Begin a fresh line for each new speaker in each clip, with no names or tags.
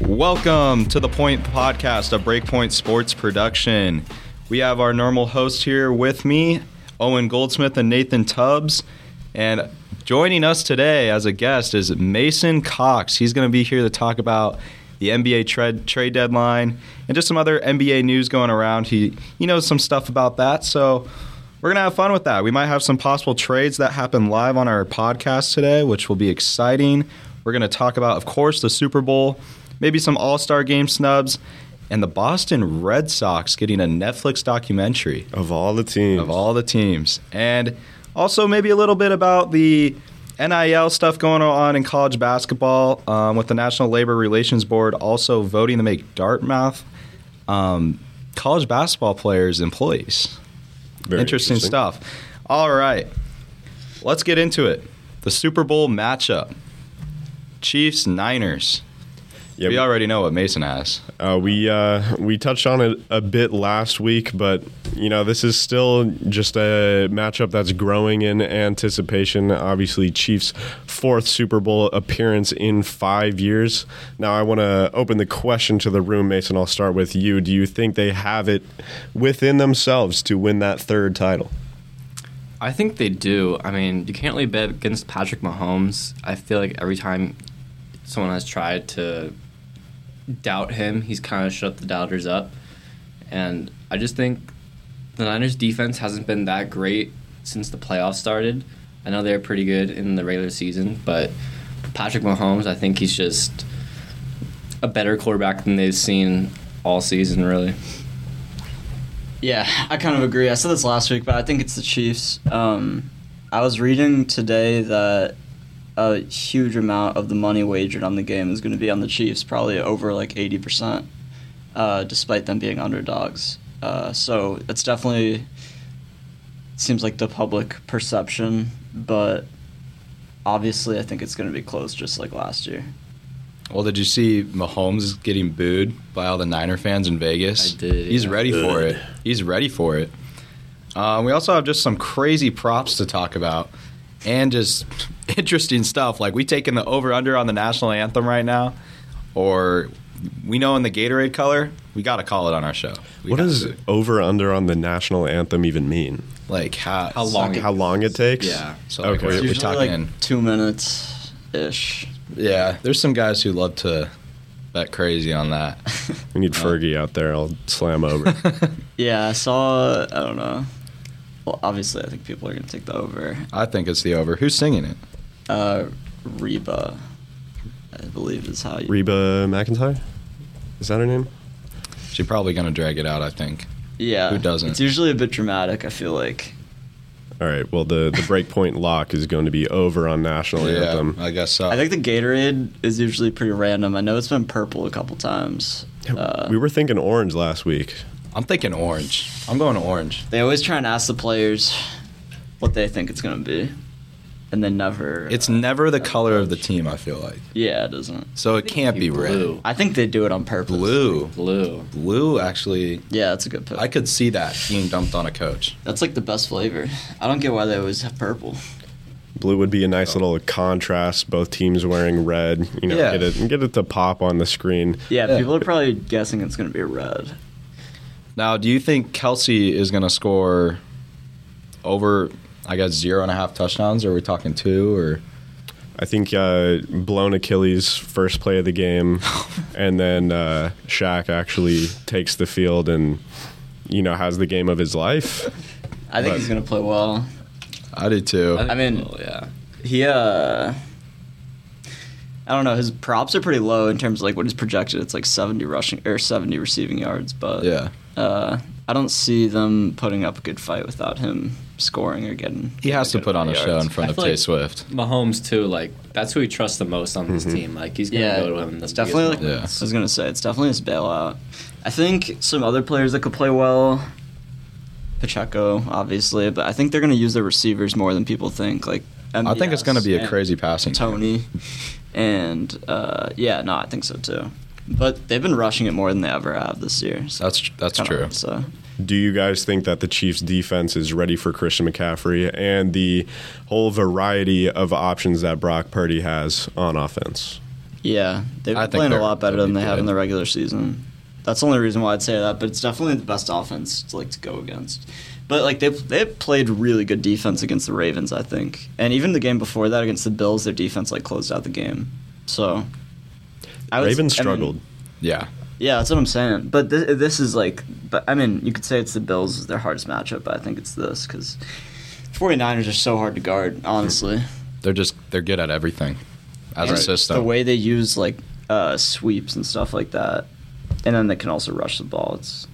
Welcome to the Point Podcast, a Breakpoint Sports production. We have our normal host here with me, Owen Goldsmith and Nathan Tubbs. And joining us today as a guest is Mason Cox. He's going to be here to talk about the NBA trade trade deadline and just some other NBA news going around. He he knows some stuff about that, so we're gonna have fun with that. We might have some possible trades that happen live on our podcast today, which will be exciting. We're gonna talk about, of course, the Super Bowl, maybe some All Star Game snubs, and the Boston Red Sox getting a Netflix documentary
Of all the teams.
of all the teams, and also maybe a little bit about the NIL stuff going on in college basketball, um, with the National Labor Relations Board also voting to make Dartmouth um, college basketball players employees.
Very
Interesting, stuff. All right, let's get into it. The Super Bowl matchup: Chiefs Niners.
Yeah,
we
we,
already know what Mason has.
uh, we, uh, we touched on it a bit last week, but you know this is still just a matchup that's growing in anticipation. Obviously, Chiefs' fourth Super Bowl appearance in five years. Now, I want to open the question to the room, Mason. I'll start with you. Do you think they have it within themselves to win that third title?
I think they do. I mean, you can't really bet against Patrick Mahomes. I feel like every time someone has tried to doubt him, he's kind of shut the doubters up. And I just think the Niners' defense hasn't been that great since the playoffs started. I know they're pretty good in the regular season, but Patrick Mahomes, I think he's just a better quarterback than they've seen all season, really.
Yeah, I kind of agree. I said this last week, but I think it's the Chiefs. Um, I was reading today that a huge amount of the money wagered on the game is going to be on the Chiefs, probably over like 80%, uh, despite them being underdogs. Uh, so it's definitely seems like the public perception, but obviously I think it's going to be close just like last year.
Well, did you see Mahomes getting booed by all the Niner fans in Vegas?
I did,
He's
yeah.
ready for it. He's ready for it. Um, we also have just some crazy props to talk about, and just interesting stuff. Like we taking the over under on the national anthem right now, or we know in the Gatorade color. We got to call it on our show. We
What
have
does
to.
over under on the national anthem even mean?
like how
How long
How long it takes?
Yeah.
So like,
Okay.
we're, we're
Usually like
talking.
two minutes ish.
yeah, there's some guys who love to bet crazy on that. Uh,
We need Fergie out there. I'll slam over.
Yeah, I saw. I don't know. Well, obviously, I think people are gonna take the over.
I think it's the over. Who's singing it?
Uh, Reba, I believe is how you.
Reba McIntyre? Is that her name?
She's probably gonna drag it out. I think.
yeah.
who doesn't?
It's usually a bit dramatic. I feel like.
All right. Well, the the breakpoint lock is going to be over on national anthem.
Um, I guess so.
I think the Gatorade is usually pretty random. I know it's been purple a couple times. Uh,
we were thinking orange last week.
I'm thinking orange. I'm going orange.
they always try and ask the players what they think it's gonna be, and they never.
It's
uh,
never the color of the team. I feel like
yeah, it doesn't.
so it can't be red.
blue.
I think they do it on purpose.
Blue,
Blue.
blue. Actually,
Yeah, that's a good pick.
I could see that being dumped on a coach.
that's like the best flavor. I don't get why they always have purple.
Blue would be a nice little contrast. Both teams wearing red. You know,
Yeah.
get it get it to pop on the screen.
Yeah,
Yeah.
people are probably guessing it's gonna be red.
Now, do you think Kelsey is going to score over? I guess zero and a half touchdowns. Are we talking two or?
I think uh, blown Achilles first play of the game, and then uh, Shaq actually takes the field and you know has the game of his life.
I think
But-
he's gonna play well.
I do too.
think
I mean-
blue, Oh, yeah.
He uh I don't know, his props are pretty low in terms of like what is projected. It's like seventy rushing or seventy receiving yards, but
yeah,
uh I don't see them putting up a good fight without him scoring or getting
he has to
getting
put on a
good
show
yards.
in front
I
of
feel
Tay
like-
Swift.
Mahomes too. Like that's who he trusts the most on this team. Like he's gonna
Yeah,
go to him.
it's definitely like,
Yeah.
I was gonna say it's definitely his bailout. I think some other players that could play well, Pacheco obviously, but I think they're gonna use their receivers more than people think. Like
I think it's going to be a
MVS
crazy passing. game.
Tony, and uh, yeah, no, I think so too. But they've been rushing it more than they ever have this year. So
That's that's
kinda-
true.
So
Do you guys think that the Chiefs' defense is ready for Christian McCaffrey and the whole variety of options that Brock Purdy has on offense?
Yeah,
I
they were
think
playing a
they're-
lot better
they'll
than
be
they have in
good.
the regular season. That's the only reason why I'd say that, but it's definitely the best offense to like to go against. But like they they played really good defense against the Ravens, I think, and even the game before that against the Bills, their defense like closed out the game. So, I would-
Ravens
I mean,
struggled.
Yeah.
yeah, that's what I'm saying. But th- this is like, but I mean, you could say it's the Bills is their hardest matchup, but I think it's this because 49ers are so hard to guard, honestly.
They're just they're good at everything as a
And
system.
The way they use like uh, sweeps and stuff like that, and then they can also rush the ball. It's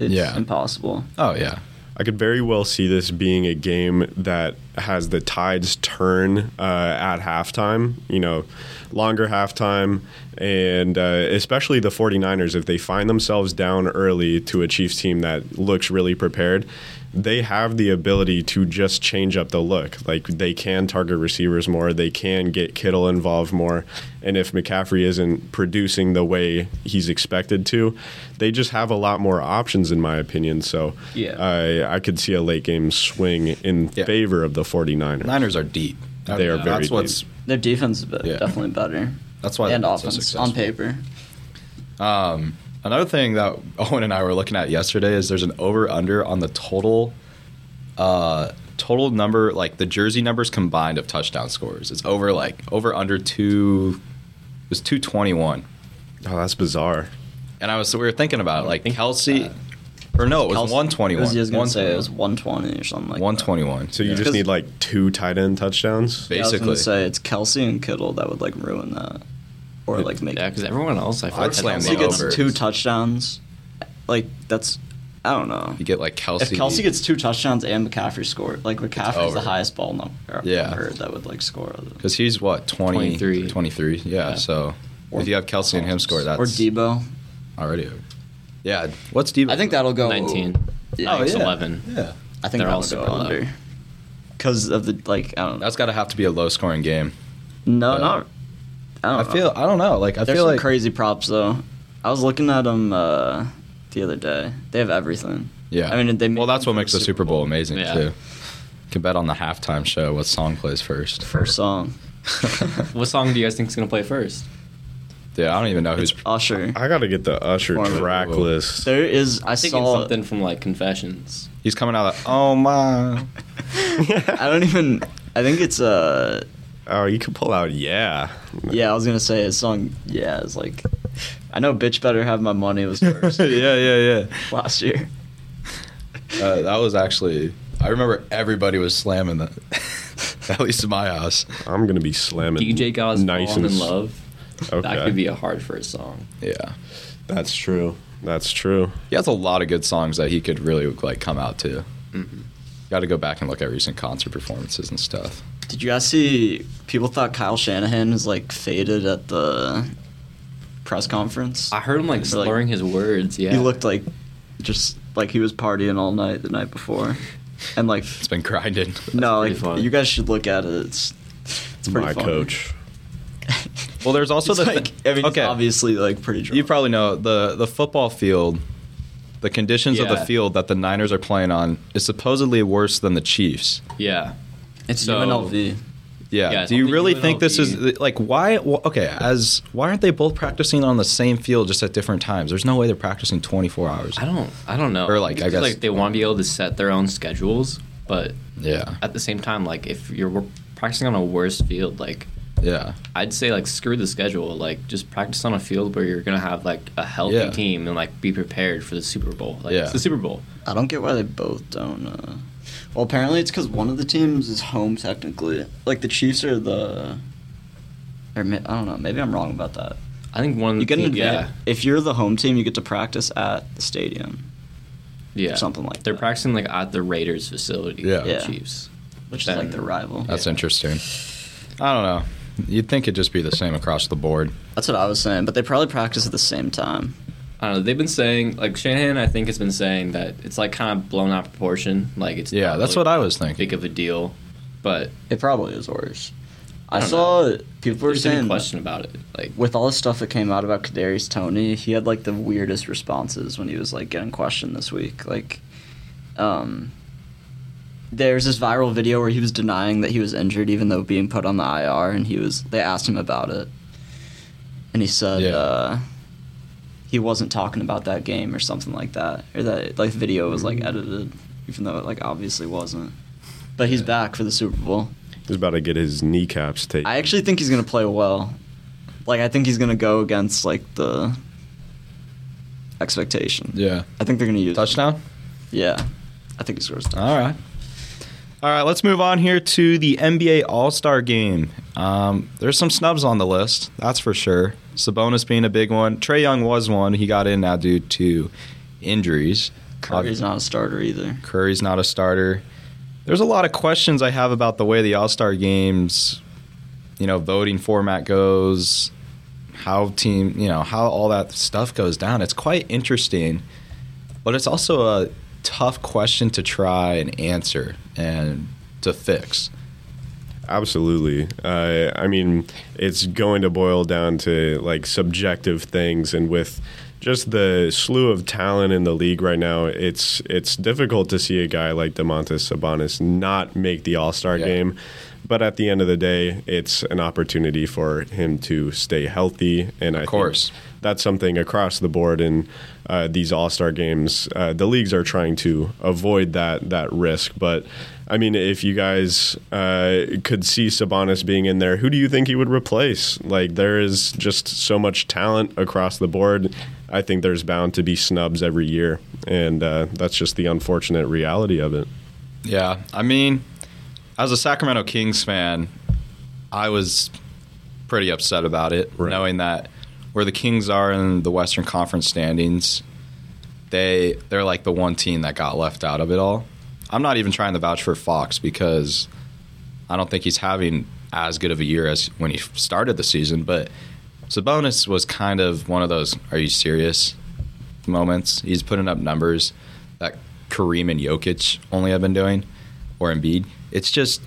it's
Yeah.
impossible.
oh yeah.
I could very well see this being a game that has the tides turn uh, at halftime, you know, longer halftime, and uh, especially the 49ers, if they find themselves down early to a Chiefs team that looks really prepared, they have the ability to just change up the look. Like they can target receivers more, they can get Kittle involved more, and if McCaffrey isn't producing the way he's expected to, they just have a lot more options, in my opinion. So,
Yeah.
Uh,
I I could see a late game swing in
Yeah.
favor of the 49ers.
Niners are deep.
They are very
that's what's
Their defense is be-
Yeah.
definitely better,
that's why
and
they've been so
offense
successful.
on paper.
Um, another thing that Owen and I were looking at yesterday is there's an over under on the total uh, total number like the jersey numbers combined of touchdown scores. It's over like over under two it was 221.
Oh, that's bizarre.
And I was so we were thinking about it, like
think
Kelsey or no, it was
Kelsey- I
121.
was just gonna say it was
121.
120 or something like.
121.
So you just
Because-
need like two tight end touchdowns.
That. Yeah, I was gonna
basically.
say it's Kelsey and Kittle that would like ruin that, or like make.
Yeah, because everyone else, I feel
I'd
like had
slam
Kelsey
the
almost-
gets
over.
two touchdowns, like that's, I don't know.
You get like Kelsey.
If Kelsey gets two touchdowns and McCaffrey scored, like McCaffrey's
over.
the highest ball number
Yeah.
I've heard that would like score.
because he's what 20, 23.
23.
Yeah,
Yeah.
so if you have Kelsey and him score, that's
or Debo.
already. Over. Yeah, what's Debo?
I think that'll go
19.
Yeah,
Oh, it's 11.
Yeah,
I think
They're
that'll
also
go
below.
under because of the like. I don't know.
that's got to have to be a low scoring game.
No,
uh,
not. I
I
don't.
feel I
Know.
don't know. Like I
There's
feel
some
like
crazy props though. I was looking at them uh, the other day. They have everything.
yeah.
I mean, they
well,
made
that's what
them for
makes the Super Bowl amazing
Yeah.
too. You can bet on the halftime show what song plays first.
First song,
What song do you guys think is going to play first?
Yeah, I don't even know who's.
Usher.
I gotta get the Usher
Form-
track
Whoa.
list.
There is. I
I'm thinking
saw.
something from like Confessions.
He's coming out. Of, oh my!
I don't even. I think it's uh
Oh, you can pull out. Yeah.
Yeah, I was gonna say his song. Yeah, it's like, I know, bitch, better have my money was first
yeah, yeah, yeah.
last year.
Uh, that was actually. I remember everybody was slamming that. At least in my house.
I'm gonna be slamming.
DJ Gauze,
nice
Fallen
and
in
s-
Love.
Okay.
That could be a hard first song.
Yeah.
That's true. That's true.
He has a lot of good songs that he could really like come out to. Mm-hmm. Got to go back and look at recent concert performances and stuff.
Did you guys see? People thought Kyle Shanahan was like faded at the press conference.
I heard him like
It's like-
slurring his words. Yeah,
He looked like just like he was partying all night the night before, and like
It's been grinding.
no,
pretty
like
funny.
you guys should look at it. It's it's pretty
My
funny.
coach.
Well, there's also
It's
the
like,
thi-
I mean, he's
okay.
obviously like pretty drunk.
You probably know the the football field, the conditions of the
Yeah.
field that the Niners are playing on is supposedly worse than the Chiefs.
yeah.
it's
so-
UNLV.
Yeah.
Yeah, I
Do you
think
really
UNLV
think this is like why? wh- Okay, as why aren't they both practicing on the same field just at different times? There's no way they're practicing 24 hours.
I don't. I don't know.
Or, like, I
It's
guess-
like they want to be able to set their own schedules, but
Yeah.
at the same time, like if you're wor- practicing on a worse field, like
Yeah.
I'd say like screw the schedule. Like just practice on a field where you're gonna have like a healthy
Yeah.
team and like be prepared for the Super Bowl. Like
Yeah.
it's the Super Bowl.
I don't get why they both don't. Uh... Well, apparently it's because one of the teams is home technically. Like the Chiefs are the, or ma- I don't know. Maybe I'm wrong about that.
I think one of the
You get an
team-
advantage
yeah
if you're the home team. You get to practice at the stadium,
yeah
something like
they're
that.
practicing like at the Raiders facility.
Yeah.
the
Yeah.
Chiefs.
which is like
Then-
their rival.
That's interesting. I don't know. You'd think it'd just be the same across the board.
That's what I was saying. But they probably practice at the same time.
I don't know. They've been saying like Shanahan. I think has been saying that it's like kind of blown out of proportion. Like it's
Yeah,
not
that's
really
what I was thinking.
big of a deal, but
It probably is worse.
I
I,
don't
saw people were
there's any
saying
question about it. Like
with all the stuff that came out about Kadarius Tony, he had like the weirdest responses when he was like getting questioned this week. Like, um, there's this viral video where he was denying that he was injured, even though being put on the IR, and he was they asked him about it, and he said
Yeah.
uh, he wasn't talking about that game or something like that, or that like video was like edited, even though it like obviously wasn't. But he's back for the Super Bowl.
He's about to get his kneecaps taken.
I actually think he's gonna play well. Like I think he's gonna go against like the expectation.
Yeah.
I think they're gonna use
Touchdown?
Yeah, I think he scores. a touchdown.
All right. All right, let's move on here to the NBA All Star game. Um, there's some snubs on the list, that's for sure. Sabonis being a big one. Trey Young was one. He got in now due to injuries.
Curry's not a starter either.
Curry's not a starter. There's a lot of questions I have about the way the All Star games, you know, voting format goes, how team, you know, how all that stuff goes down. It's quite interesting, but it's also a tough question to try and answer and to fix.
Absolutely. Uh, I mean, it's going to boil down to like subjective things, and with just the slew of talent in the league right now, it's it's difficult to see a guy like Demontis Sabonis not make the All Star
Yeah.
game. But at the end of the day, it's an opportunity for him to stay healthy, and I
course.
think that's something across the board in uh, these All Star games. Uh, the leagues are trying to avoid that that risk, but I mean, if you guys uh, could see Sabonis being in there, who do you think he would replace? Like, there is just so much talent across the board. I think there's bound to be snubs every year, and uh, that's just the unfortunate reality of it.
Yeah, I mean, as a Sacramento Kings fan, I was pretty upset about it,
Right.
knowing that where the Kings are in the Western Conference standings, they they're like the one team that got left out of it all. I'm not even trying to vouch for Fox because I don't think he's having as good of a year as when he started the season, but Sabonis was kind of one of those "Are you serious?" moments. He's putting up numbers that Kareem and Jokic only have been doing, or Embiid. It's just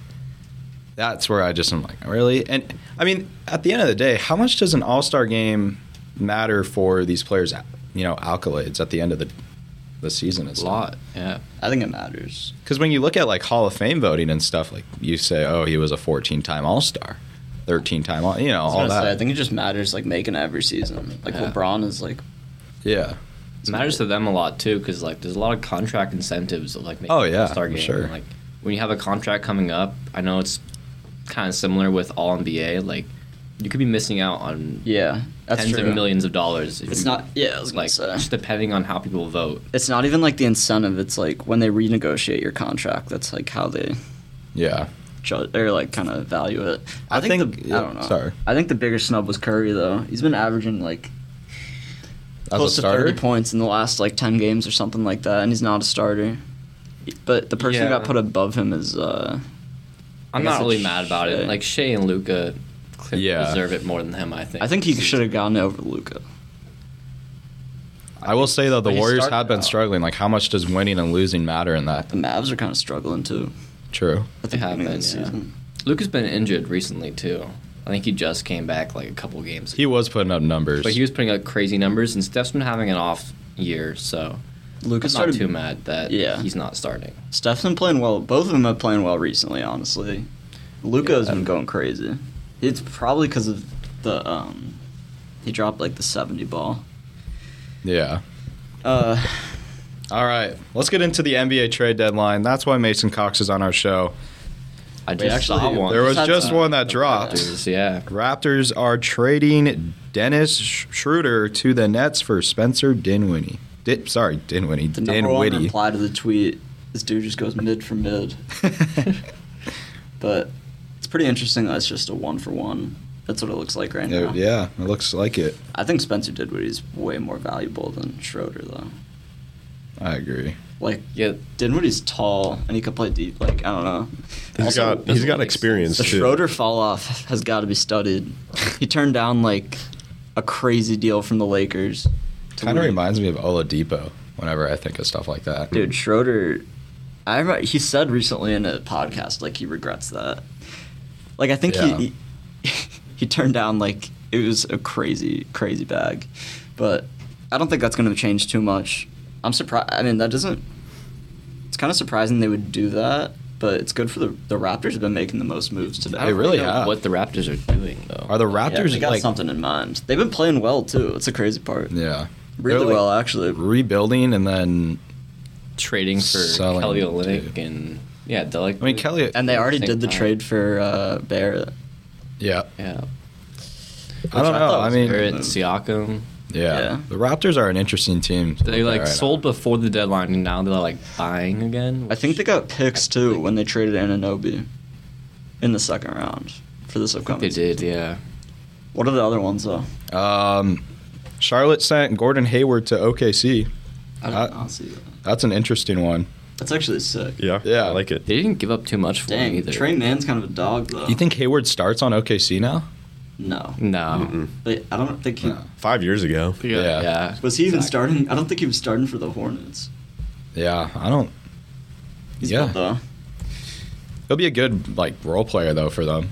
that's where I just am like, really? And I mean, at the end of the day, how much does an All Star game matter for these players? You know, accolades at the end of the the season is
A lot. Yeah.
I think it matters.
because when you look at like Hall of Fame voting and stuff, like you say, oh, he was a 14 time All Star, 13 time, you know,
I,
all
was gonna
that.
say, I think it just matters like making it every season. Like
Yeah.
LeBron is like
yeah,
It matters to them a lot too, because like there's a lot of contract incentives of like making
Oh, yeah,
star
for
game.
sure.
Like when you have a contract coming up, I know it's kind of similar with All NBA. Like you could be missing out on
yeah. That's
tens
true.
of millions of dollars. if
It's
you-
not. Yeah, I was gonna
like
say.
just depending on how people vote.
It's not even like the incentive. It's like when they renegotiate your contract. That's like how they
yeah.
judge or like kind of value it. I,
I
think,
think-
the,
yeah,
I don't know.
sorry.
I think the bigger snub was Curry though. He's been averaging like
As
close
a
to
starter,
thirty points in the last like ten games or something like that, and he's not a starter. But the person who
Yeah.
got put above him is uh,
I'm
guess
not really
it's
mad about
Shea.
it. Like Shea and Luca
Yeah.
deserve it more than him. I think.
I think he should have gotten over Luca.
I will say though, the
But he
Warriors
started
have been
out.
struggling. Like, how much does winning and losing matter in that?
The Mavs are kind of struggling too.
True.
I
They
think
have been, yeah. Luca's been injured recently too. I think he just came back like a couple games.
He was putting up numbers.
but he was putting up crazy numbers, and Steph's been having an off year, so I'm
Luca
not
started
too mad that
Yeah.
he's not starting.
Steph's been playing well. Both of them have playing well recently, honestly. Luca has been going crazy. It's probably because of the um, he dropped like the seventy ball.
yeah.
Uh,
All right, let's get into the NBA trade deadline. That's why Mason Cox is on our show.
I
Wait,
just
actually,
saw one.
There was
That's-
just one that dropped.
Raptors, yeah.
Raptors are trading Dennis Sch- Schroeder to the Nets for Spencer Dinwiddie. Di- sorry, Dinwiddie.
the number one
Dinwiddie.
reply to the tweet, this dude just goes mid for mid. But it's pretty interesting. That's just a one for one. That's what it looks like right
Yeah,
now.
yeah, it looks like it.
I think Spencer Dinwiddie's way more valuable than Schroeder though.
I agree.
Like
Yeah,
Dinwiddie's tall and he could play deep. Like I don't know.
He's
Also,
got he's got
make
experience
The
too.
Schroeder fall off has got to be studied. He turned down like a crazy deal from the Lakers. to
Kind of
leave.
reminds me of Oladipo whenever I think of stuff like that.
dude Schroeder. I remember, he said recently in a podcast like he regrets that. Like I think
Yeah.
he, he he turned down like it was a crazy crazy bag, but I don't think that's going to change too much. I'm surprised. I mean that doesn't. It's kind of surprising they would do that but it's good for the the Raptors have been making the most moves today.
I
They
don't
really
know
have.
what the Raptors are doing though.
Are the
Yeah,
Raptors
they got
like
something in mind. They've been playing well too. It's a crazy part.
yeah
Really
They're, like,
well, actually.
rebuilding and then
trading for
Selling
Kelly
too.
Olynyk and yeah, Delic.
I mean Kelly
And they already
Same
did the
time.
trade for uh, Bear.
yeah I
Yeah,
don't
I
know
thought
I
was
mean
very-
Barrett, Siakam.
yeah.
Yeah.
the Raptors are an interesting team to look
They
at
like
right now.
sold before the deadline, and now they're like buying again.
I think they
which
got picks too when they traded Ananobi in the second round for this
I think
upcoming.
they did. Yeah,
What are the other ones though?
um Charlotte sent Gordon Hayward to OKC
I don't
Uh,
know, I'll see that.
that's an interesting one
That's actually sick.
Yeah,
Yeah.
I like it.
they didn't give up too much for him
Dang,
either.
Trey Man's kind of a dog though.
you think Hayward starts on OKC now
No,
No.
Mm-mm.
They- I don't think he
No.
Five years ago,
Yeah.
Yeah. yeah.
was. He even
Exactly.
starting? I don't think he was starting for the Hornets.
yeah I don't
He's
Yeah.
good, though.
he'll be a good like role player though for them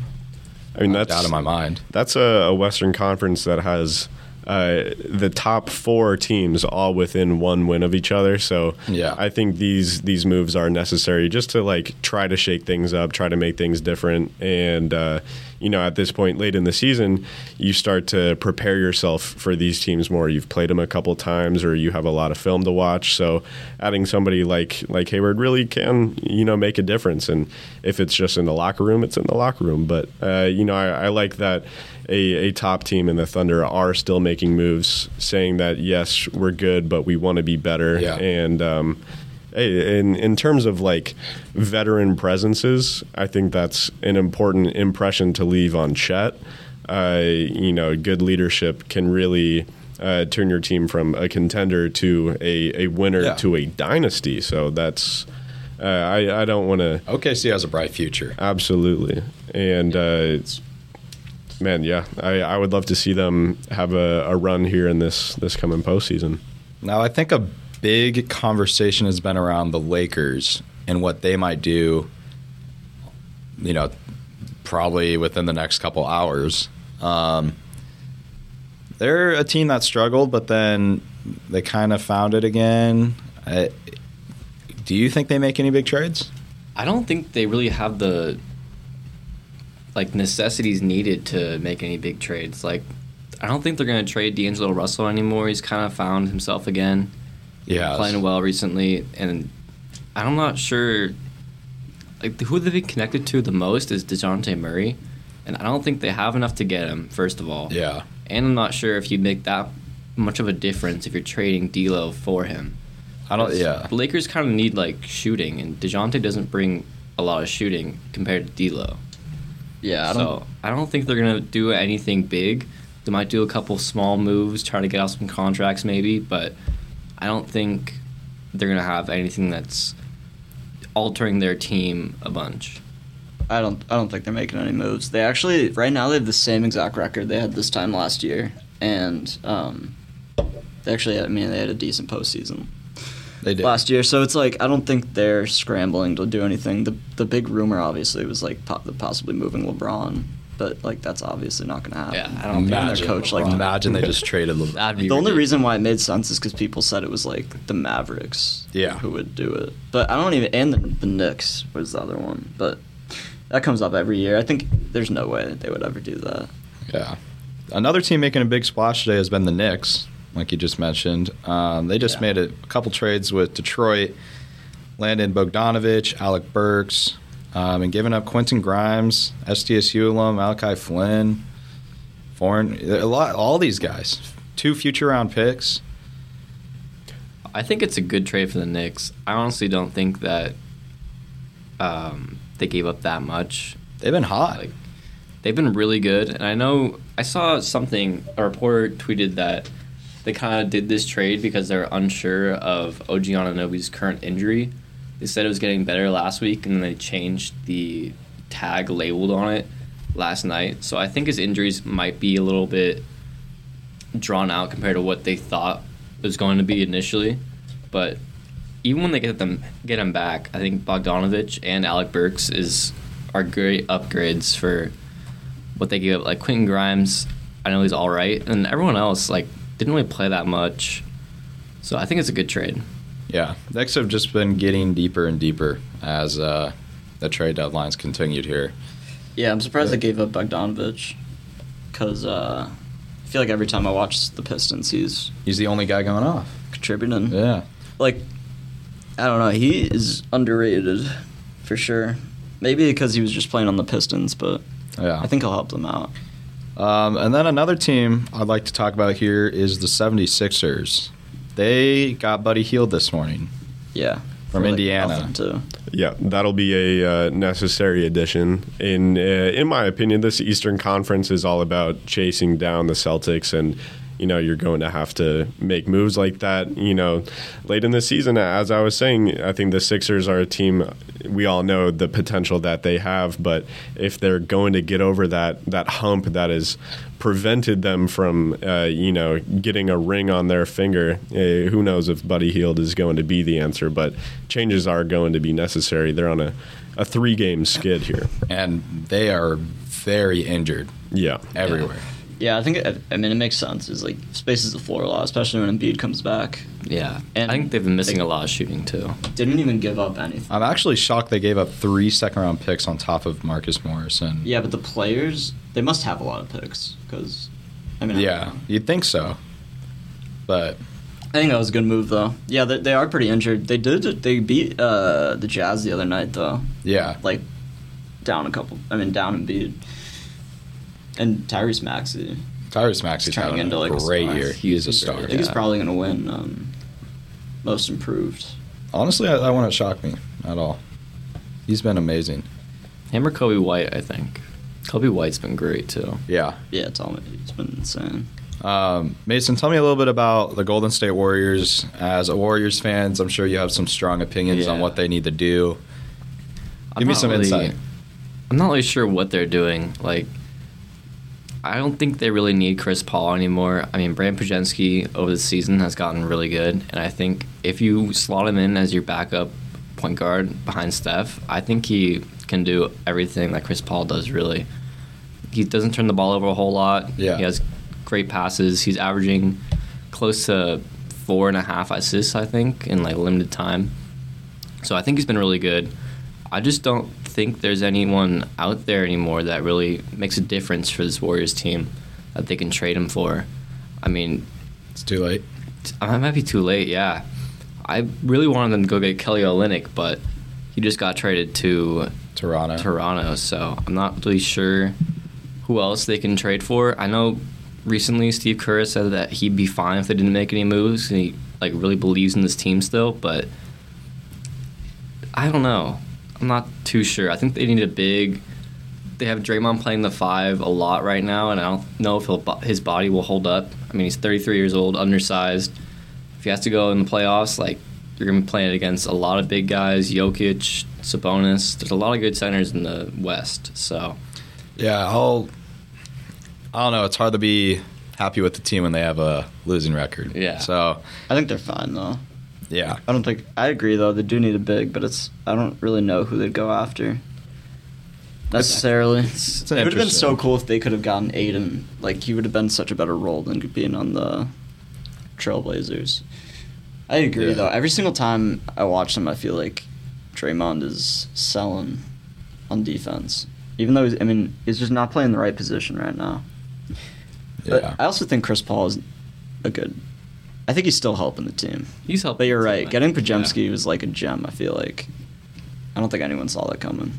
I mean
out
that's
of my mind
that's a, a Western Conference that has uh, the top four teams all within one win of each other. So
Yeah.
I think these these moves are necessary just to like try to shake things up, try to make things different, and uh, you know at this point late in the season, you start to prepare yourself for these teams more. You've played them a couple times, or you have a lot of film to watch. So adding somebody like like Hayward really can you know make a difference. And if it's just in the locker room, it's in the locker room. But uh, you know I, I like that a, a top team in the Thunder are still making moves, saying that yes, we're good, but we want to be better.
Yeah.
And um, hey, in in terms of like veteran presences, I think that's an important impression to leave on Chet. Uh, you know, good leadership can really. Uh, turn your team from a contender to a, a winner
Yeah.
to a dynasty. So that's uh, I I don't want to
OKC has a bright future
Absolutely. And uh, it's, man, yeah, I, I would love to see them have a, a run here in this this coming postseason.
Now, I think a big conversation has been around the Lakers and what they might do, you know, probably within the next couple hours. Um, they're a team that struggled, but then they kind of found it again. I, do you think they make any big trades?
I don't think they really have the like necessities needed to make any big trades. Like, I don't think they're going to trade D'Angelo Russell anymore. He's kind of found himself again.
Yeah.
playing well recently, and I'm not sure. Like who they've been connected to the most is Dejounte Murray, and I don't think they have enough to get him. First of all,
Yeah.
and I'm not sure if you make that much of a difference if you're trading D'Lo for him.
I don't. Yeah.
The Lakers kind of need like shooting, and Dejounte doesn't bring a lot of shooting compared to D'Lo.
Yeah, I don't.
so I don't think they're gonna do anything big. They might do a couple small moves, try to get out some contracts maybe, but I don't think they're gonna have anything that's altering their team a bunch.
I don't. I don't think they're making any moves. They actually right now they have the same exact record they had this time last year, and um, they actually. I mean, they had a decent postseason
They did.
last year, so it's like I don't think they're scrambling to do anything. The the big rumor obviously was like po- possibly moving LeBron, but like that's obviously not going to happen.
Yeah, I don't think
Imagine,
their coach like
imagine they just traded LeBron.
That'd be
The only
ridiculous.
reason why it made sense is because people said it was like the Mavericks,
Yeah.
who would do it. But I don't even and the, the Knicks was the other one, but that comes up every year. I think there's no way that they would ever do that.
Yeah. Another team making a big splash today has been the Knicks, like you just mentioned. Um, they just
Yeah.
made a couple trades with Detroit, Landon Bogdanovich, Alec Burks, um, and giving up Quentin Grimes, SDSU alum Malachi Flynn, foreign a lot, all these guys, two future round picks.
I think it's a good trade for the Knicks. I honestly don't think that um, they gave up that much.
They've been hot.
Like, they've been really good. And I know I saw something, a reporter tweeted that they kind of did this trade because they're unsure of OG Ananobi's current injury. They said it was getting better last week, and then they changed the tag labeled on it last night. So I think his injuries might be a little bit drawn out compared to what they thought it was going to be initially. But even when they get them get him back, I think Bogdanovich and Alec Burks is are great upgrades for what they gave up. Like Quentin Grimes, I know he's all right, and everyone else like didn't really play that much. So I think it's a good trade.
Yeah, Knicks have just been getting deeper and deeper as uh, the trade deadline's continued here.
Yeah, I'm surprised they gave up Bogdanovich because uh, I feel like every time I watch the Pistons, he's
He's the only guy going off.
contributing.
Yeah.
Like, I don't know. He is underrated for sure. Maybe because he was just playing on the Pistons, but
Yeah.
I think he'll help them out.
Um, and then another team I'd like to talk about here is the 76ers. They got Buddy Healed this morning.
Yeah.
From
For, like,
Indiana.
nothing, too.
Yeah, that'll be a uh, necessary addition. In uh, in my opinion, this Eastern Conference is all about chasing down the Celtics, and you know you're going to have to make moves like that. You know, late in the season, as I was saying, I think the Sixers are a team we all know the potential that they have, but if they're going to get over that that hump that has prevented them from uh, you know getting a ring on their finger, eh, who knows if Buddy Heald is going to be the answer? But changes are going to be necessary. They're on a, a three game skid here.
And they are very injured
Yeah,
everywhere.
Yeah, I think, I I mean, it makes sense. Is like spaces the floor a lot, especially when Embiid comes back.
Yeah,
And
I think they've been missing
they-
a lot of shooting too.
Didn't even give up anything.
I'm actually shocked they gave up three second round picks on top of Marcus Morris. And
Yeah, but the players, they must have a lot of picks because, I mean, I don't
yeah,
know.
you'd think so. But
I think that was a good move though. Yeah, they, they are pretty injured. They did they beat uh, the Jazz the other night though,
yeah,
like down a couple. I mean, down and beat. And Tyrese Maxey,
Tyrese Maxey's
Turning
having
into,
a
like, a
great
star.
year. He is a star.
I think he's
Yeah.
probably gonna win um, most improved.
Honestly, I, I wouldn't shock me at all. He's been amazing.
Him or Kobe White, I think. Kobe White's been great too.
Yeah.
Yeah, it's all it's been insane.
Um, Mason, tell me a little bit about the Golden State Warriors. As a Warriors fans, I'm sure you have some strong opinions on
Yeah.
what they need to do.
I'm
Give me
not
some
really-
insight.
I'm not really sure what they're doing. Like, I don't think they really need Chris Paul anymore. I mean, Brand Pajensky over the season has gotten really good, and I think if you slot him in as your backup point guard behind Steph, I think he can do everything that Chris Paul does. Really, he doesn't turn the ball over a whole lot.
Yeah.
he has great passes. He's averaging close to four and a half assists, I think, in like limited time. So I think he's been really good. I just don't think there's anyone out there anymore that really makes a difference for this Warriors team that they can trade him for. I mean,
It's too late.
t- I Uh, might be too late. Yeah, I really wanted them to go get Kelly Olynyk, but he just got traded to
Toronto.
Toronto, so I'm not really sure who else they can trade for. I know recently Steve Kerr said that he'd be fine if they didn't make any moves, and he like really believes in this team still. But I don't know. I'm not too sure. I think they need a big. They have Draymond playing the five a lot right now, and I don't know if he'll, bo- his body will hold up. I mean, he's 33 years old, undersized. If he has to go in the playoffs, like you're going to be playing against a lot of big guys, Jokic, Sabonis. There's a lot of good centers in the West. So,
Yeah, I'll. I don't know. It's hard to be happy with the team when they have a losing record.
Yeah.
So
I think they're fine though.
yeah,
I don't think I agree though. They do need a big, but it's I don't really know who they'd go after necessarily.
an
it would have been
interesting-
so cool if they could have gotten Aiden. Like he would have been such a better role than being on the Trailblazers. I agree
Yeah.
though. Every single time I watch them, I feel like Draymond is selling on defense. Even though he's, I mean he's just not playing the right position right now. But
yeah.
I also think Chris Paul is a good. I think he's still helping the team.
he's helping.
But you're
the team,
right.
I
Getting
think.
Pajemski
Yeah.
was like a gem. I feel like I don't think anyone saw that coming.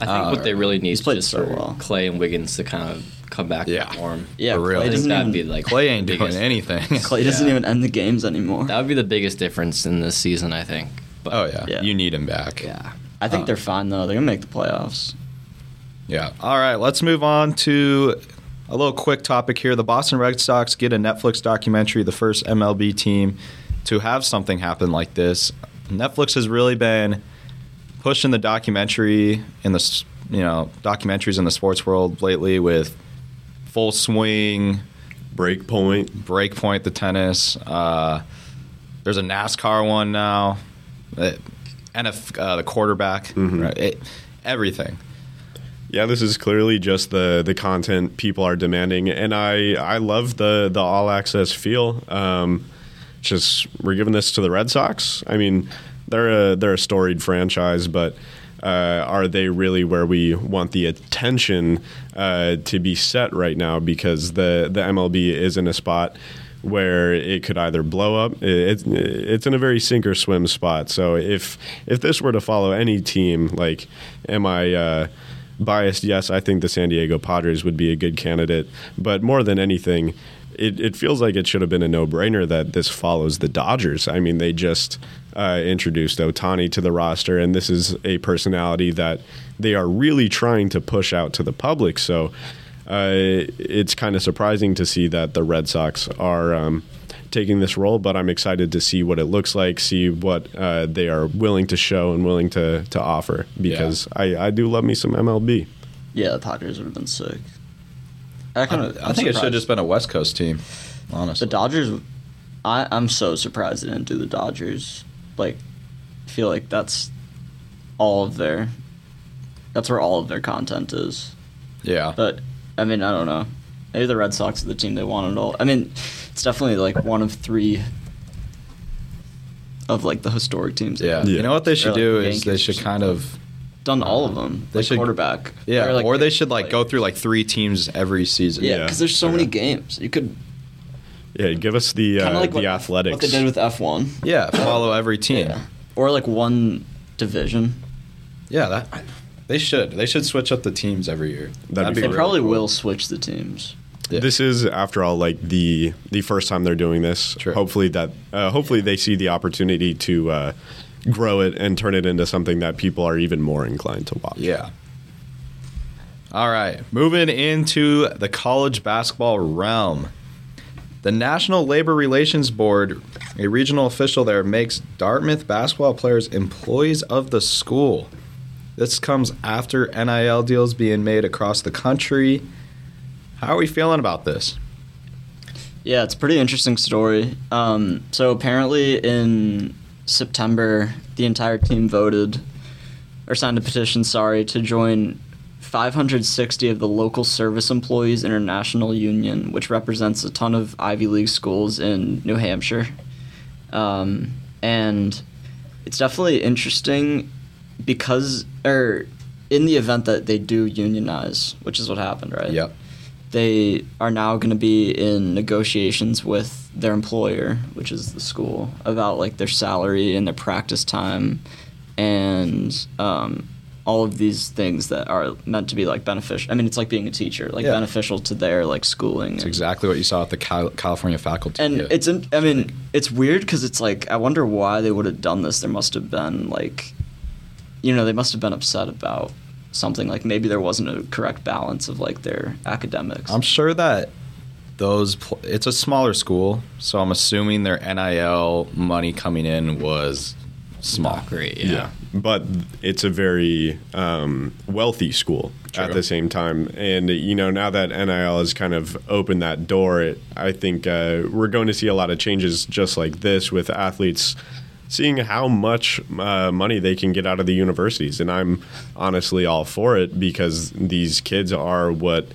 I think
Uh,
what they really need
He's
is
played
just
so
for
well.
Clay and Wiggins to kind of come back
Yeah.
to form.
Yeah,
For real.
Clay
I think
doesn't
that'd
even,
be like
Clay ain't
the
doing
biggest-
anything.
Clay doesn't
Yeah.
even end the games anymore.
That would be the biggest difference in this season, I think. But
oh yeah.
Yeah.
you need him back.
yeah.
I think
uh,
they're fine though. They're gonna make the playoffs.
Yeah. All right, let's move on to a little quick topic here. The Boston Red Sox get a Netflix documentary, the first MLB team to have something happen like this. Netflix has really been pushing the documentary in the s- you know documentaries in the sports world lately with full swing
break point.
breakpoint the tennis uh, there's a nascar one now Uh, NF, uh, the quarterback right? It- everything
Yeah, this is clearly just the the content people are demanding, and I I love the the all access feel. Um, just we're giving this to the Red Sox. I mean, they're a they're a storied franchise, but uh, are they really where we want the attention uh, to be set right now? Because the the MLB is in a spot where it could either blow up. It, it's in a very sink or swim spot. So if if this were to follow any team, like, am I? Uh, Biased, yes, I think the San Diego Padres would be a good candidate, but more than anything, it, it feels like it should have been a no brainer that this follows the Dodgers. I mean, they just uh, introduced Otani to the roster, and this is a personality that they are really trying to push out to the public. So uh, it's kind of surprising to see that the Red Sox are. Um, taking this role, but I'm excited to see what it looks like, see what uh, they are willing to show and willing to, to offer because I, I do love me some MLB.
Yeah, the Padres would have been sick.
I,
kinda-
I
I'm
think it should
surprised.
have just been a West Coast team,
The
honestly.
Dodgers, I, I'm so surprised they didn't do the Dodgers. Like, I feel like that's all of their. That's where all of their content is.
yeah.
But, I mean, I don't know. Maybe the Red Sox are the team they want it all. I mean, it's definitely like one of three of like the historic teams.
yeah.
Yeah.
You know what they should
Or like
do
the
is they
Yankees or
should kind of
Done all of them.
They
like
should-
quarterback.
yeah, or,
like,
they should like go
like-
through like three teams every season.
Yeah,
Yeah.
because there's so
Okay.
many games. You could
Yeah, give us the
kind
uh,
of like
the
what,
athletics.
What they did with F1.
Yeah, follow every team.
Yeah. Or like one division.
Yeah, that they should. They should switch up the teams every year.
That'd be
They
really
probably
cool.
will switch the teams.
Yeah.
This is, after all, like the the first time they're doing this.
True.
Hopefully that uh, hopefully they see the opportunity to uh, grow it and turn it into something that people are even more inclined to watch.
Yeah. All right, moving into the college basketball realm. The National Labor Relations Board, a regional official there, makes Dartmouth basketball players employees of the school. This comes after NIL deals being made across the country. How are we feeling about this?
Yeah, it's a pretty interesting story. Um, so apparently in September, the entire team voted or signed a petition, sorry, to join 560 of the local service employees international union, which represents a ton of Ivy League schools in New Hampshire. Um, and it's definitely interesting because, or in the event that they do unionize, which is what happened, right?
Yep.
they are now going to be in negotiations with their employer, which is the school, about like their salary and their practice time, and um, all of these things that are meant to be like beneficial. I mean, it's like being a teacher, like
Yeah.
beneficial to their like schooling.
It's
and-
exactly what you saw at the Cal- California faculty.
and
Yeah.
it's, in, I mean, it's weird because it's like, I wonder why they would have done this. There must have been, like, you know, they must have been upset about something. Like, maybe there wasn't a correct balance of, like, their academics.
I'm sure that those pl- it's a smaller school, so I'm assuming their NIL money coming in was small.
Great, yeah.
but it's a very um, wealthy school at
True.
the same time. And you know, now that NIL has kind of opened that door, it, I think uh, we're going to see a lot of changes just like this with athletes seeing how much uh, money they can get out of the universities. And I'm honestly all for it because these kids are what.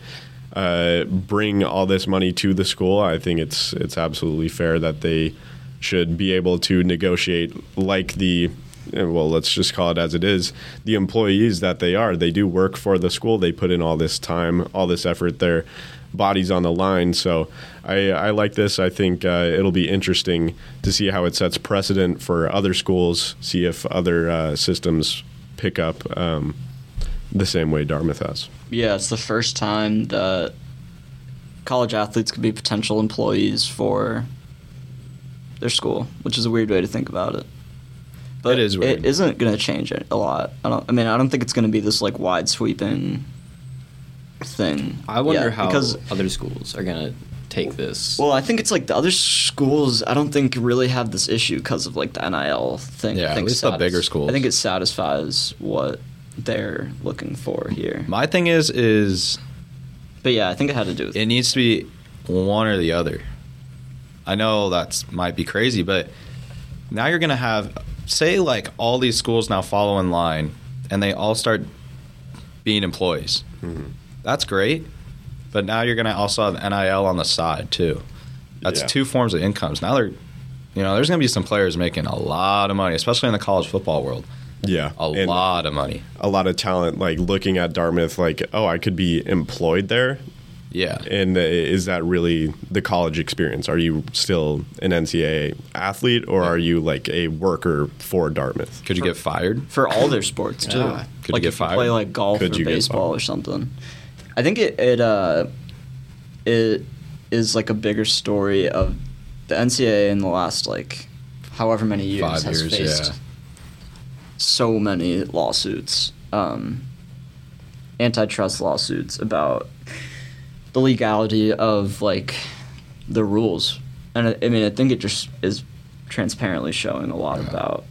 Uh, bring all this money to the school. I think it's it's absolutely fair that they should be able to negotiate like the eh, well let's just call it as it is the employees that they are they do work for the school they put in all this time all this effort their bodies on the line so i, I like this i think uh, it'll be interesting to see how it sets precedent for other schools see if other uh, systems pick up um, the same way dartmouth has
Yeah, it's the first time that college athletes could be potential employees for their school, which is a weird way to think about it. But
It is weird.
It isn't going to change it a lot. I don't. I mean, I don't think it's going to be this like wide sweeping thing.
I wonder
yet,
how
because
other schools are gonna take this.
well, I think it's like the other schools. I don't think really have this issue because of like the NIL thing.
Yeah,
I
at
think
least the bigger schools.
I think it satisfies what they're looking for here.
My thing is is
But yeah, I think it had to do with
it needs to be one or the other. I know that's might be crazy, but now you're gonna have say like all these schools now follow in line and they all start being employees.
Mm-hmm.
That's great, but now you're gonna also have NIL on the side too. That's
Yeah.
two forms of incomes. Now they're you know there's gonna be some players making a lot of money, especially in the college football world.
Yeah,
a
and
lot of money.
a lot of talent. Like looking at Dartmouth, like oh, I could be employed there.
Yeah,
And uh, is that really the college experience? Are you still an NCAA athlete, or are you like a worker for Dartmouth?
could you get fired?
for all their sports too.
Yeah.
Could you
like
get
if you
fired?
play like golf
Could
or
you get
baseball
fired?
or something. I think it it uh it is like a bigger story of the NCAA in the last like however many years
Five
has
years,
faced
yeah.
so many lawsuits, um, antitrust lawsuits about the legality of like the rules, and I, I mean I think it just is transparently showing a lot
Yeah.
about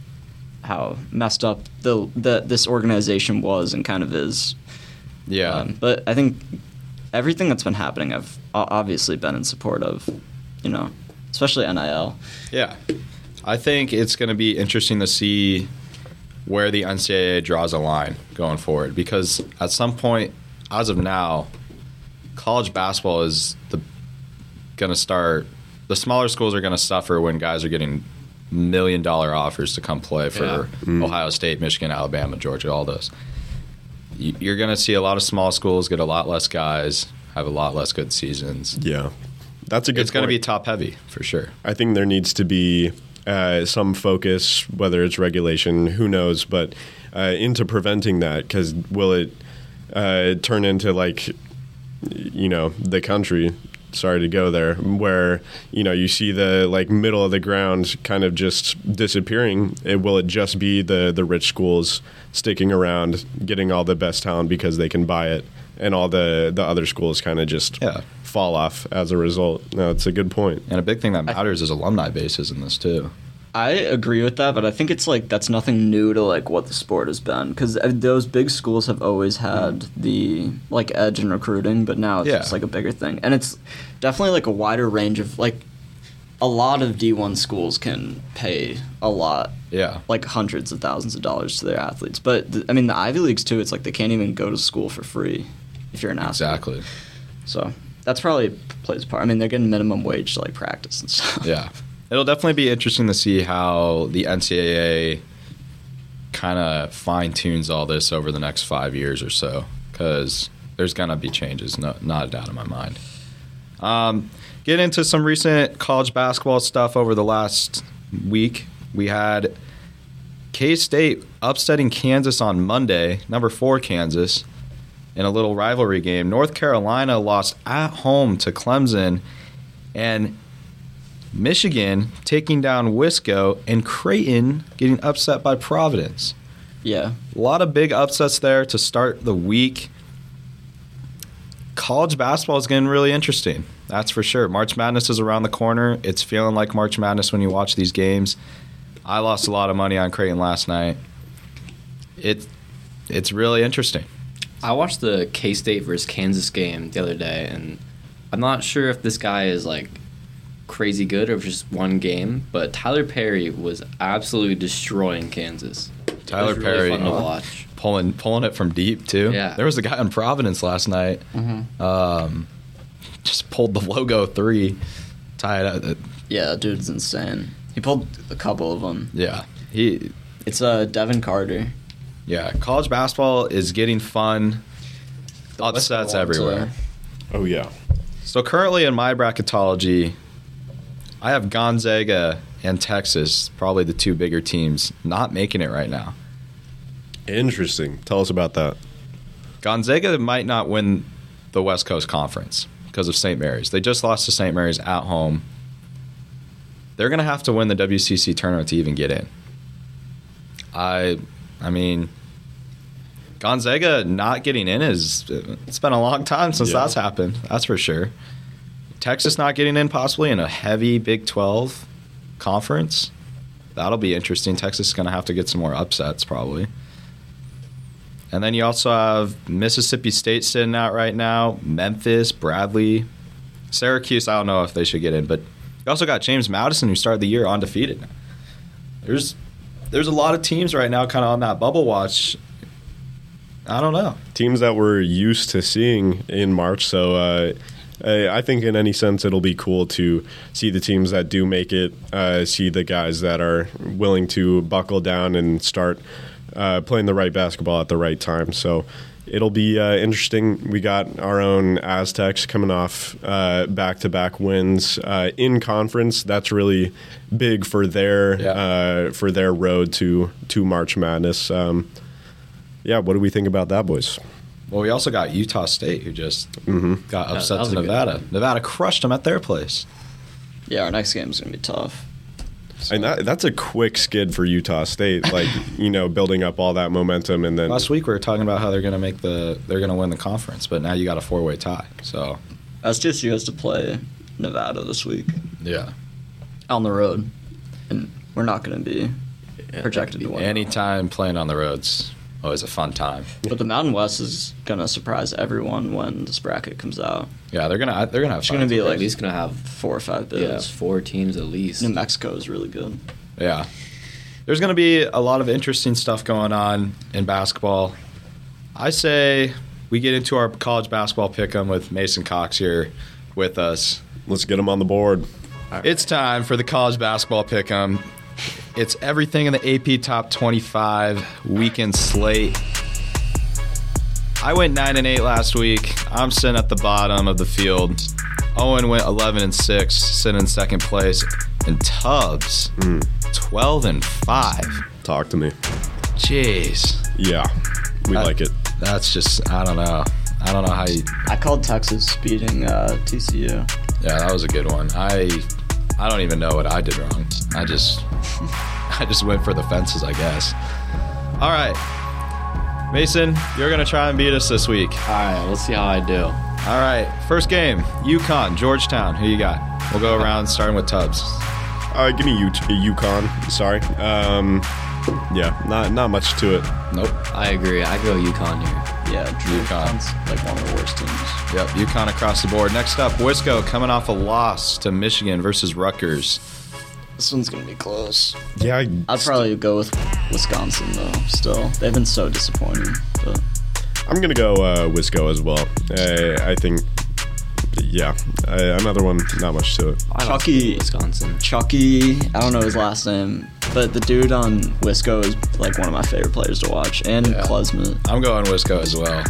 how messed up the, the this organization was and kind of is.
Yeah,
Um, but I think everything that's been happening, I've o- obviously been in support of, you know, especially NIL.
yeah. I think it's going to be interesting to see where the NCAA draws a line going forward because at some point, as of now, college basketball is the going to start. The smaller schools are going to suffer when guys are getting million dollar offers to come play for
Yeah.
Mm.
Ohio State, Michigan, Alabama, Georgia, all those. You- You're going to see a lot of small schools get a lot less guys, have a lot less good seasons.
Yeah, that's a good.
It's going to
point.
be top heavy for sure.
I think there needs to be uh, some focus, whether it's regulation, who knows, but uh, into preventing that because will it uh, turn into like, you know, the country? Sorry to go there, where you know you see the like middle of the ground kind of just disappearing. It, will it just be the the rich schools sticking around, getting all the best talent because they can buy it, and all the the other schools kind of just
Yeah.
fall off as a result? No, it's a good point.
And a big thing that matters is alumni bases in this too.
I agree with that, but I think it's like that's nothing new to like what the sport has been because those big schools have always had the like edge in recruiting, but now it's
Yeah.
just like a bigger thing, and it's definitely like a wider range of like a lot of D one schools can pay a lot
Yeah.
like hundreds of thousands of dollars to their athletes, but the, I mean the Ivy leagues too. It's like they can't even go to school for free if you're an athlete.
Exactly.
So that's probably plays a part. I mean they're getting minimum wage to like practice and stuff.
Yeah. It'll definitely be interesting to see how the NCAA kind of fine tunes all this over the next five years or so, because there's going to be changes, no, not a doubt in my mind. Um, get into some recent college basketball stuff over the last week. We had K State upsetting Kansas on Monday, number four Kansas, in a little rivalry game. North Carolina lost at home to Clemson, and Michigan taking down Wisco, and Creighton getting upset by Providence.
yeah.
A lot of big upsets there to start the week. College basketball is getting really interesting. That's for sure. March Madness is around the corner. It's feeling like March Madness when you watch these games. I lost a lot of money on Creighton last night. It, it's really interesting.
I watched the K State versus Kansas game the other day, and I'm not sure if this guy is like crazy good or if it's just one game, but Tyler Perry was absolutely destroying Kansas. It
Tyler
was really
Perry,
fun to
uh,
watch.
Pulling pulling it from deep too.
Yeah.
There was a guy in Providence last night. Um, just pulled the logo three, tied up.
Yeah, that dude's insane. He pulled a couple of them.
Yeah. He
It's uh, Devin Carter.
yeah, college basketball is getting fun. Upsets
West
everywhere.
Carolina.
Oh yeah.
So currently in my bracketology, I have Gonzaga and Texas, probably the two bigger teams, not making it right now.
Interesting. Tell us about that.
Gonzaga might not win the West Coast Conference because of St. Mary's. They just lost to St. Mary's at home. They're going to have to win the WCC tournament to even get in. I I mean Gonzaga not getting in is it's been a long time since
Yeah.
that's happened. That's for sure. Texas not getting in possibly in a heavy Big 12 conference. That'll be interesting. Texas is going to have to get some more upsets probably. And then you also have Mississippi State sitting out right now, Memphis, Bradley, Syracuse. I don't know if they should get in, but you also got James Madison who started the year undefeated. There's there's a lot of teams right now kind of on that bubble watch. I don't know.
Teams that we're used to seeing in March. So uh, I I think in any sense it'll be cool to see the teams that do make it, uh, see the guys that are willing to buckle down and start. uh, playing the right basketball at the right time. So it'll be uh, interesting. We got our own Aztecs coming off back to back wins uh, in conference. That's really big for their
Yeah.
uh, for their road to to March Madness. Um, yeah, what do we think about that, boys?
Well, we also got Utah State, who just
Mm-hmm.
got
that
upset
was
to
a good
Nevada. Nevada crushed them at their place.
Yeah, our next game's gonna be tough.
And that, that's a quick skid for Utah State, like you know, building up all that momentum and then
Last week, we were talking about how they're going to make the they're going to win the conference, but now you got a four way tie. So
SDSU has to play Nevada this week
yeah,
on the road, and we're not gonna be
Yeah,
projected to win.
anytime playing on the roads, always a fun time.
But the Mountain West is gonna surprise everyone when this bracket comes out.
Yeah, they're gonna they're gonna have
It's
fun.
gonna be
We're
like
at least gonna have
four or five
yeah,
bids.
four teams at least.
New Mexico is really good.
Yeah. There's going to be a lot of interesting stuff going on in basketball. I say we get into our college basketball pick 'em with Mason Cox here with us.
let's get them on the board.
It's time for the college basketball pick 'em. It's everything in the AP Top 25 weekend slate. I went 9 and 8 last week. I'm sitting at the bottom of the field. Owen went 11 and 6, sitting in second place. And Tubbs, 12 and 5.
Talk to me.
Jeez,
Yeah, we
Uh,
like it.
that's just I don't know. I don't know how you.
I called Texas beating uh, TCU.
Yeah, that was a good one. I I don't even know what I did wrong. I just I just went for the fences, I guess. All right, Mason, you're gonna try and beat us this week.
All right, we'll see how I do.
All right, first game, UConn, Georgetown. Who you got? We'll go around starting with Tubbs.
Uh, give me U- UConn. Sorry. Um, yeah, not not much to it.
Nope.
I agree. I go UConn here.
Yeah, Drew
UConn.
Hunt's, like one of the worst teams.
Yep, UConn across the board. Next up, Wisco coming off a loss to Michigan versus Rutgers.
This one's gonna be close.
Yeah, I,
I'd probably go with Wisconsin though. Still, they've been so disappointing. But
I'm gonna go uh, Wisco as well. I, I think. Yeah, uh, another one. Not much to it.
I don't
Chucky.
see Wisconsin.
Chucky, I don't know his last name, but the dude on Wisco is like one of my favorite players to watch, and
Yeah.
Klesman.
I'm going Wisco as well.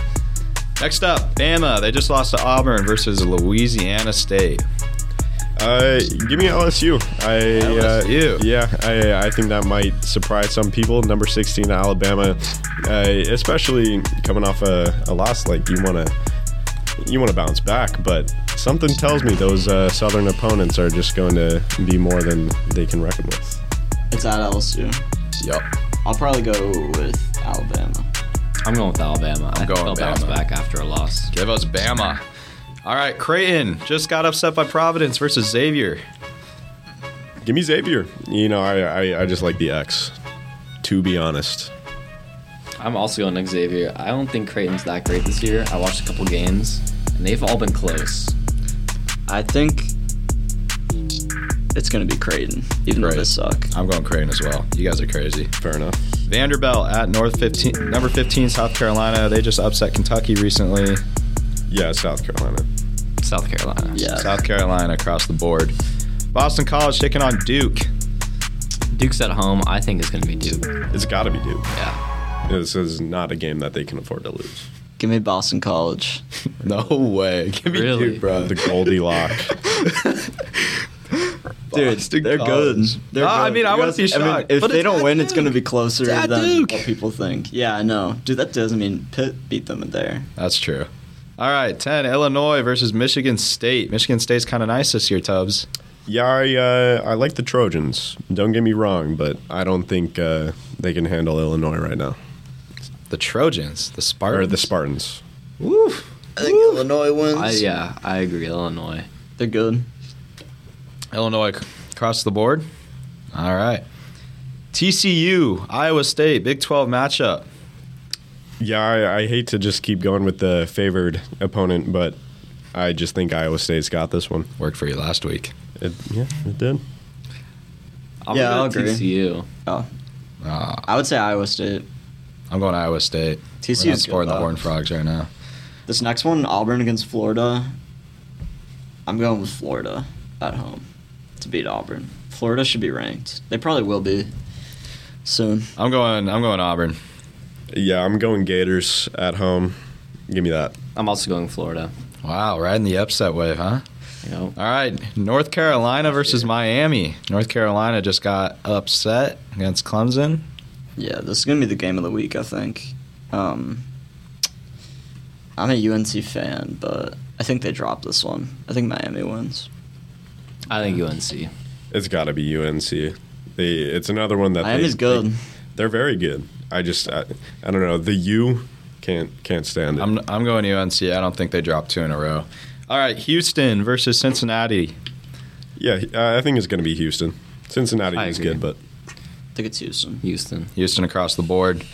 Next up, Bama. They just lost to Auburn versus Louisiana State.
Uh, give me LSU. I,
LSU.
Uh, yeah, I, I think that might surprise some people. Number 16, Alabama, uh, especially coming off a, a loss, like you want to you want to bounce back, but something tells me those uh, Southern opponents are just going to be more than they can reckon with.
It's at LSU.
Yep.
I'll probably go with Alabama.
I'm going with Alabama. I'm
going
they'll bounce
Bama.
back after a loss.
Give us Bama. All right, Creighton just got upset by Providence versus Xavier.
Give me Xavier. You know, I, I, I just like the X, to be honest.
I'm also going Xavier. I don't think Creighton's that great this year. I watched a couple games, and they've all been close.
I think it's gonna be Creighton, even though they
Right.
suck.
I'm going Creighton as well. You guys are crazy.
Fair enough.
Vanderbilt at North 15, number 15, South Carolina. They just upset Kentucky recently.
Yeah, South Carolina.
South Carolina.
Yeah.
South Carolina across the board. Boston College taking on Duke.
Duke's at home. I think it's going to be Duke.
It's got to be Duke.
Yeah.
This is not a game that they can afford to lose.
Give me Boston College.
No way. Give me
Really?
Duke, bro.
The Goldilocks.
Dude,
Boston
they're
College.
good. They're
Ah, I
good.
mean, I
You
wouldn't
guys-
be
I mean,
shocked,
if
but
they
it's
don't
at
win, it's
Duke.
going to be closer
at
than
Duke.
what people think. Yeah, I know. Dude, that doesn't mean Pitt beat them there.
That's true. All right, 10, Illinois versus Michigan State. Michigan State's kind of nice this year, Tubbs.
Yeah, I, uh, I like the Trojans. Don't get me wrong, but I don't think uh, they can handle Illinois right now.
The Trojans, the Spartans.
Or the Spartans.
Woof.
I think Illinois wins.
I, yeah, I agree. Illinois.
They're good.
Illinois c- across the board. All right. TCU, Iowa State, Big 12 matchup.
Yeah, I, I hate to just keep going with the favored opponent, but I just think Iowa State's got this one.
Worked for you last week.
It, yeah, it did.
I'm
Yeah, I'll
going
agree.
TCU.
Oh,
Ah,
I would say Iowa State.
I'm going Iowa State.
TCU
We're not
is good,
supporting the
though.
Horned Frogs right now.
This next one, Auburn against Florida. I'm going with Florida at home to beat Auburn. Florida should be ranked. They probably will be soon.
I'm going. I'm going Auburn.
Yeah, I'm going Gators at home. Give me that.
I'm also going Florida.
Wow, riding the upset wave, huh?
You know,
All right, North Carolina versus Miami. North Carolina just got upset against Clemson.
Yeah, this is gonna be the game of the week, I think. Um, I'm a UNC fan, but I think they drop this one. I think Miami wins.
I think UNC.
It's got to be UNC. They, it's another one that
Miami's
they,
good.
They, are very good. I just I, I don't know the U can't can't stand it.
I'm I'm going UNC. I don't think they dropped two in a row. All right, Houston versus Cincinnati.
yeah, I I think it's going to be Houston. Cincinnati
I
is
agree.
good, but
I think it's Houston.
Houston.
Houston across the board.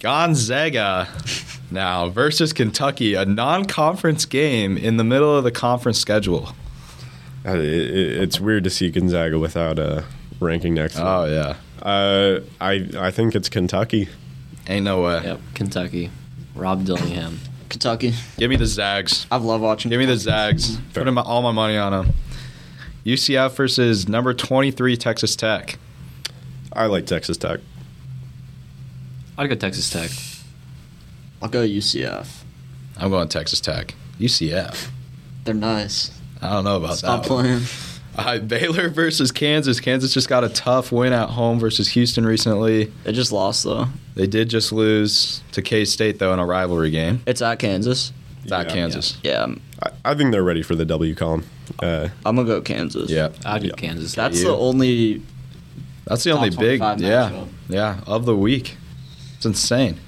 Gonzaga now versus Kentucky, a non-conference game in the middle of the conference schedule.
uh, it, it, it's weird to see Gonzaga without a ranking next. to them.
Oh yeah,
Uh, I I think it's Kentucky.
ain't no way.
Yep. Kentucky. Rob Dillingham.
Kentucky.
Give me the Zags.
I love watching.
Give me the
Kentucky.
Zags. Put in my, all my money on them. UCF versus number 23 Texas Tech.
I like Texas Tech.
I'd go Texas Tech.
I'll go UCF.
I'm going Texas Tech. UCF.
They're nice.
I don't know about
Stop
that. one.
playing.
Uh, Baylor versus Kansas. Kansas just got a tough win at home versus Houston recently.
They just lost though.
They did just lose to K State though in a rivalry game.
It's at Kansas.
It's at
Yeah.
Kansas.
Yeah, I'm,
I, I think they're ready for the W column. Uh,
I'm gonna go Kansas.
Yeah.
I'd go
Yeah.
Kansas.
That's
You.
the only
That's the only
Top
big
25
yeah.
matchup.
Yeah, of the week. It's insane.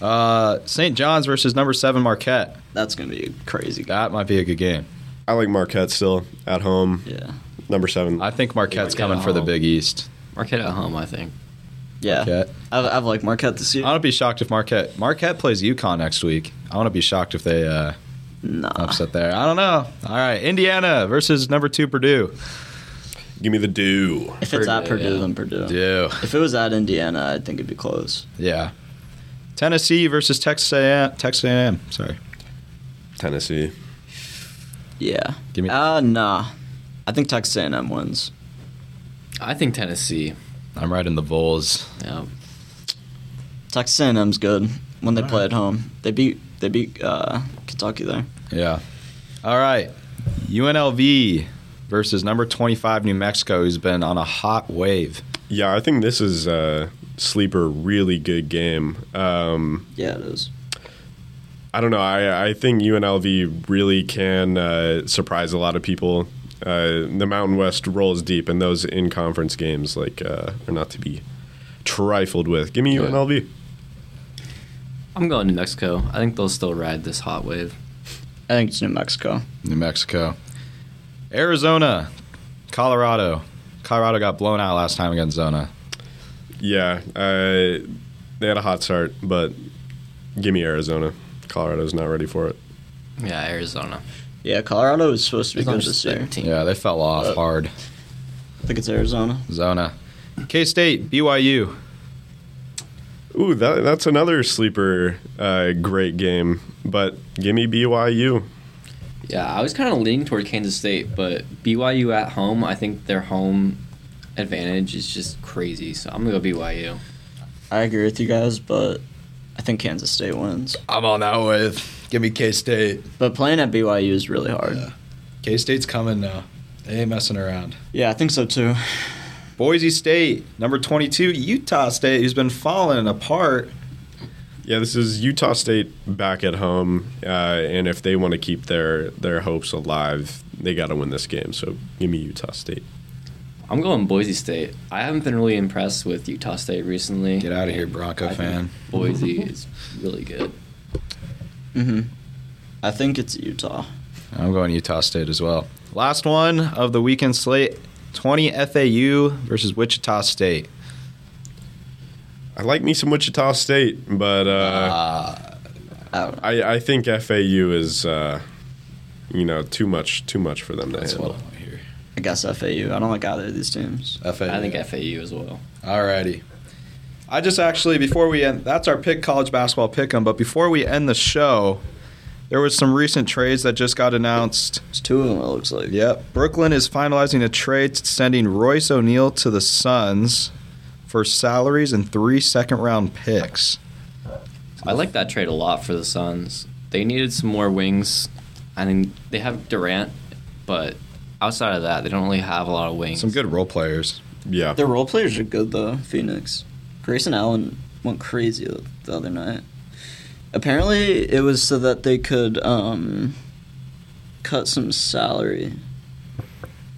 Uh, St. John's versus number 7 Marquette.
that's gonna be a crazy guy.
That might be a good game.
I like Marquette still at home.
Yeah.
Number seven.
I think Marquette's
Marquette
coming
at
for the
home.
Big East.
Marquette at home, I think.
Yeah.
Marquette.
I've, I've liked Marquette this year.
I wouldn't be shocked if Marquette Marquette plays UConn next week. I wouldn't be shocked if they uh,
Uh-huh. Nah.
upset there. I don't know. All right, Indiana versus number two Purdue.
Give me the do.
If it's at
Purdue,
Purdue,
yeah.
then Purdue.
Do
If it was at Indiana, I think it'd be close.
yeah. Tennessee versus Texas A&M. Texas A&M. Sorry,
Tennessee.
Yeah.
Give me-
Uh, nah. I think Texas A&M wins.
I think Tennessee.
I'm riding the Bulls.
Yeah.
Texas A&M's good when they play at home. They beat they beat uh, Kentucky there.
Yeah. All right, UNLV versus number 25 New Mexico, who's been on a hot wave.
Yeah, I think this is a sleeper really good game. Um,
Yeah, it is.
I don't know. I, I think UNLV really can uh, surprise a lot of people. Uh, the Mountain West rolls deep, and those in conference games like uh, are not to be trifled with. Give me
Yeah.
UNLV.
I'm going New Mexico. I think they'll still ride this hot wave.
I think it's New Mexico.
New Mexico, Arizona, Colorado. Colorado got blown out last time against Zona.
Yeah, uh, they had a hot start, but give me Arizona. Colorado's not ready for it.
Yeah, Arizona.
Yeah, Colorado is supposed to be
It's not
good
just
this
their
year.
team.
Yeah, they fell off
Uh,
hard.
I think it's Arizona.
Zona. K State, BYU.
Ooh, that, that's another sleeper uh, great game. But give me BYU.
Yeah, I was kind of leaning toward Kansas State, but BYU at home, I think their home advantage is just crazy. So I'm going to go BYU.
I agree with you guys, but I think Kansas State wins.
I'm on that wave. Give me K State.
But playing at BYU is really hard.
Yeah.
Yeah,
K State's coming now. They ain't messing around.
I think so too.
Boise State, number 22, Utah State, who's been falling apart.
Yeah, this is Utah State back at home, uh, and if they want to keep their their hopes alive, they got to win this game. So give me Utah State.
I'm going Boise State. I haven't been really impressed with Utah State recently.
Get out of here,
And
Bronco
I think
fan.
Boise is really good.
hmm I think it's Utah.
I'm going Utah State as well. Last one of the weekend slate 20 FAU versus Wichita State.
I like me some Wichita State, but uh,
I don't know.
I, I think FAU is uh, you know too much too much for them to
that's what I
handle.
want to hear.
I guess FAU. I don't like either of these teams.
FAU.
I think FAU as well.
Alrighty. I just actually before we end, that's our pick college basketball pick 'em. But before we end the show, there was some recent trades that just got announced.
It's two of them. It looks like.
Yep, Brooklyn is finalizing a trade sending Royce O'Neal to the Suns
for salaries and three second round picks.
I like that trade a lot for the Suns. They needed some more wings. I mean, they have Durant, but outside of that, they don't really have a lot of wings.
Some good role players.
Yeah.
Their role players are good though. Phoenix, Grayson Allen went crazy the- the other night. Apparently, it was so that they could um, cut some salary.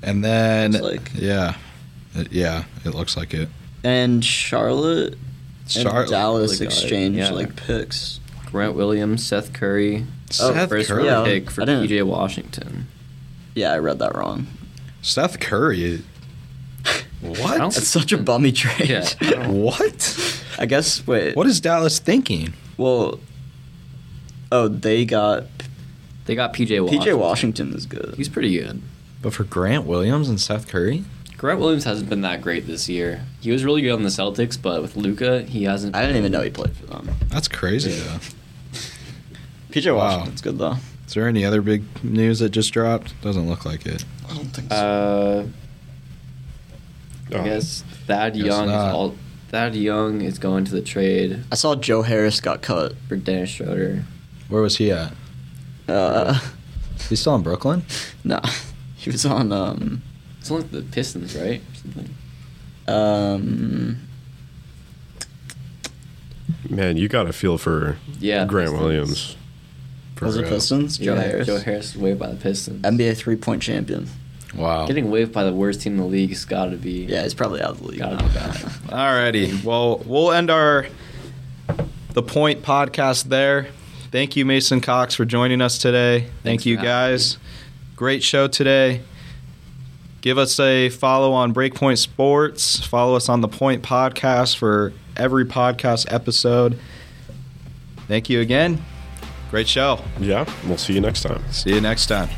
And then,
Looks like.
yeah, It- yeah, it looks like it.
And Charlotte and
Charlotte-
Dallas
really got it.
exchanged
Yeah.
like picks.
Grant Williams, Seth Curry,
Seth
first
Curry.
Yeah.
round pick for
I didn't-
PJ Washington.
Yeah, I read that wrong.
Seth Curry.
I
What?
don't-
That's such a bummy trade.
Yeah.
Oh.
What?
I guess. Wait.
What is Dallas thinking?
Well. Oh, they got
They got PJ Washington.
PJ Washington is good.
He's pretty good.
But for Grant Williams and Seth Curry,
Grant Williams hasn't been that great this year. He was really good on the Celtics, but with Luca, he hasn't.
I didn't even know he played for them.
that's crazy though.
PJ
Wow.
Washington's good though.
Is there any other big news that just dropped? Doesn't look like it.
I don't think
Uh, I
Oh.
guess Thad
Guess
Young. Is
not.
all, Thad Young is going to the trade
I saw Joe Harris got cut.
for Dennis Schroeder.
Where was he at?
Uh,
He's still in Brooklyn.
no, he was on um
It's only the Pistons, right? Something.
um.
Oh, Man, you got a feel for
Yeah.
Grant
Pistons.
Williams.
For
Was it
real.
Pistons? Joe
yeah,
Harris,
Joe Harris is waived by the Pistons.
NBA three point champion.
Wow.
Getting waived by the worst team in the league has got to be.
Yeah, he's probably out of the league.
Gotta
now.
be bad.
Alrighty. Well, we'll end our The Point podcast there. Thank you, Mason Cox, for joining us today. Thank
Thanks
you,
for having
guys. Great show today. Give us a follow on Breakpoint Sports. Follow us on The Point podcast for every podcast episode. Thank you again. Great show.
Yeah. We'll see you next time.
See you next time.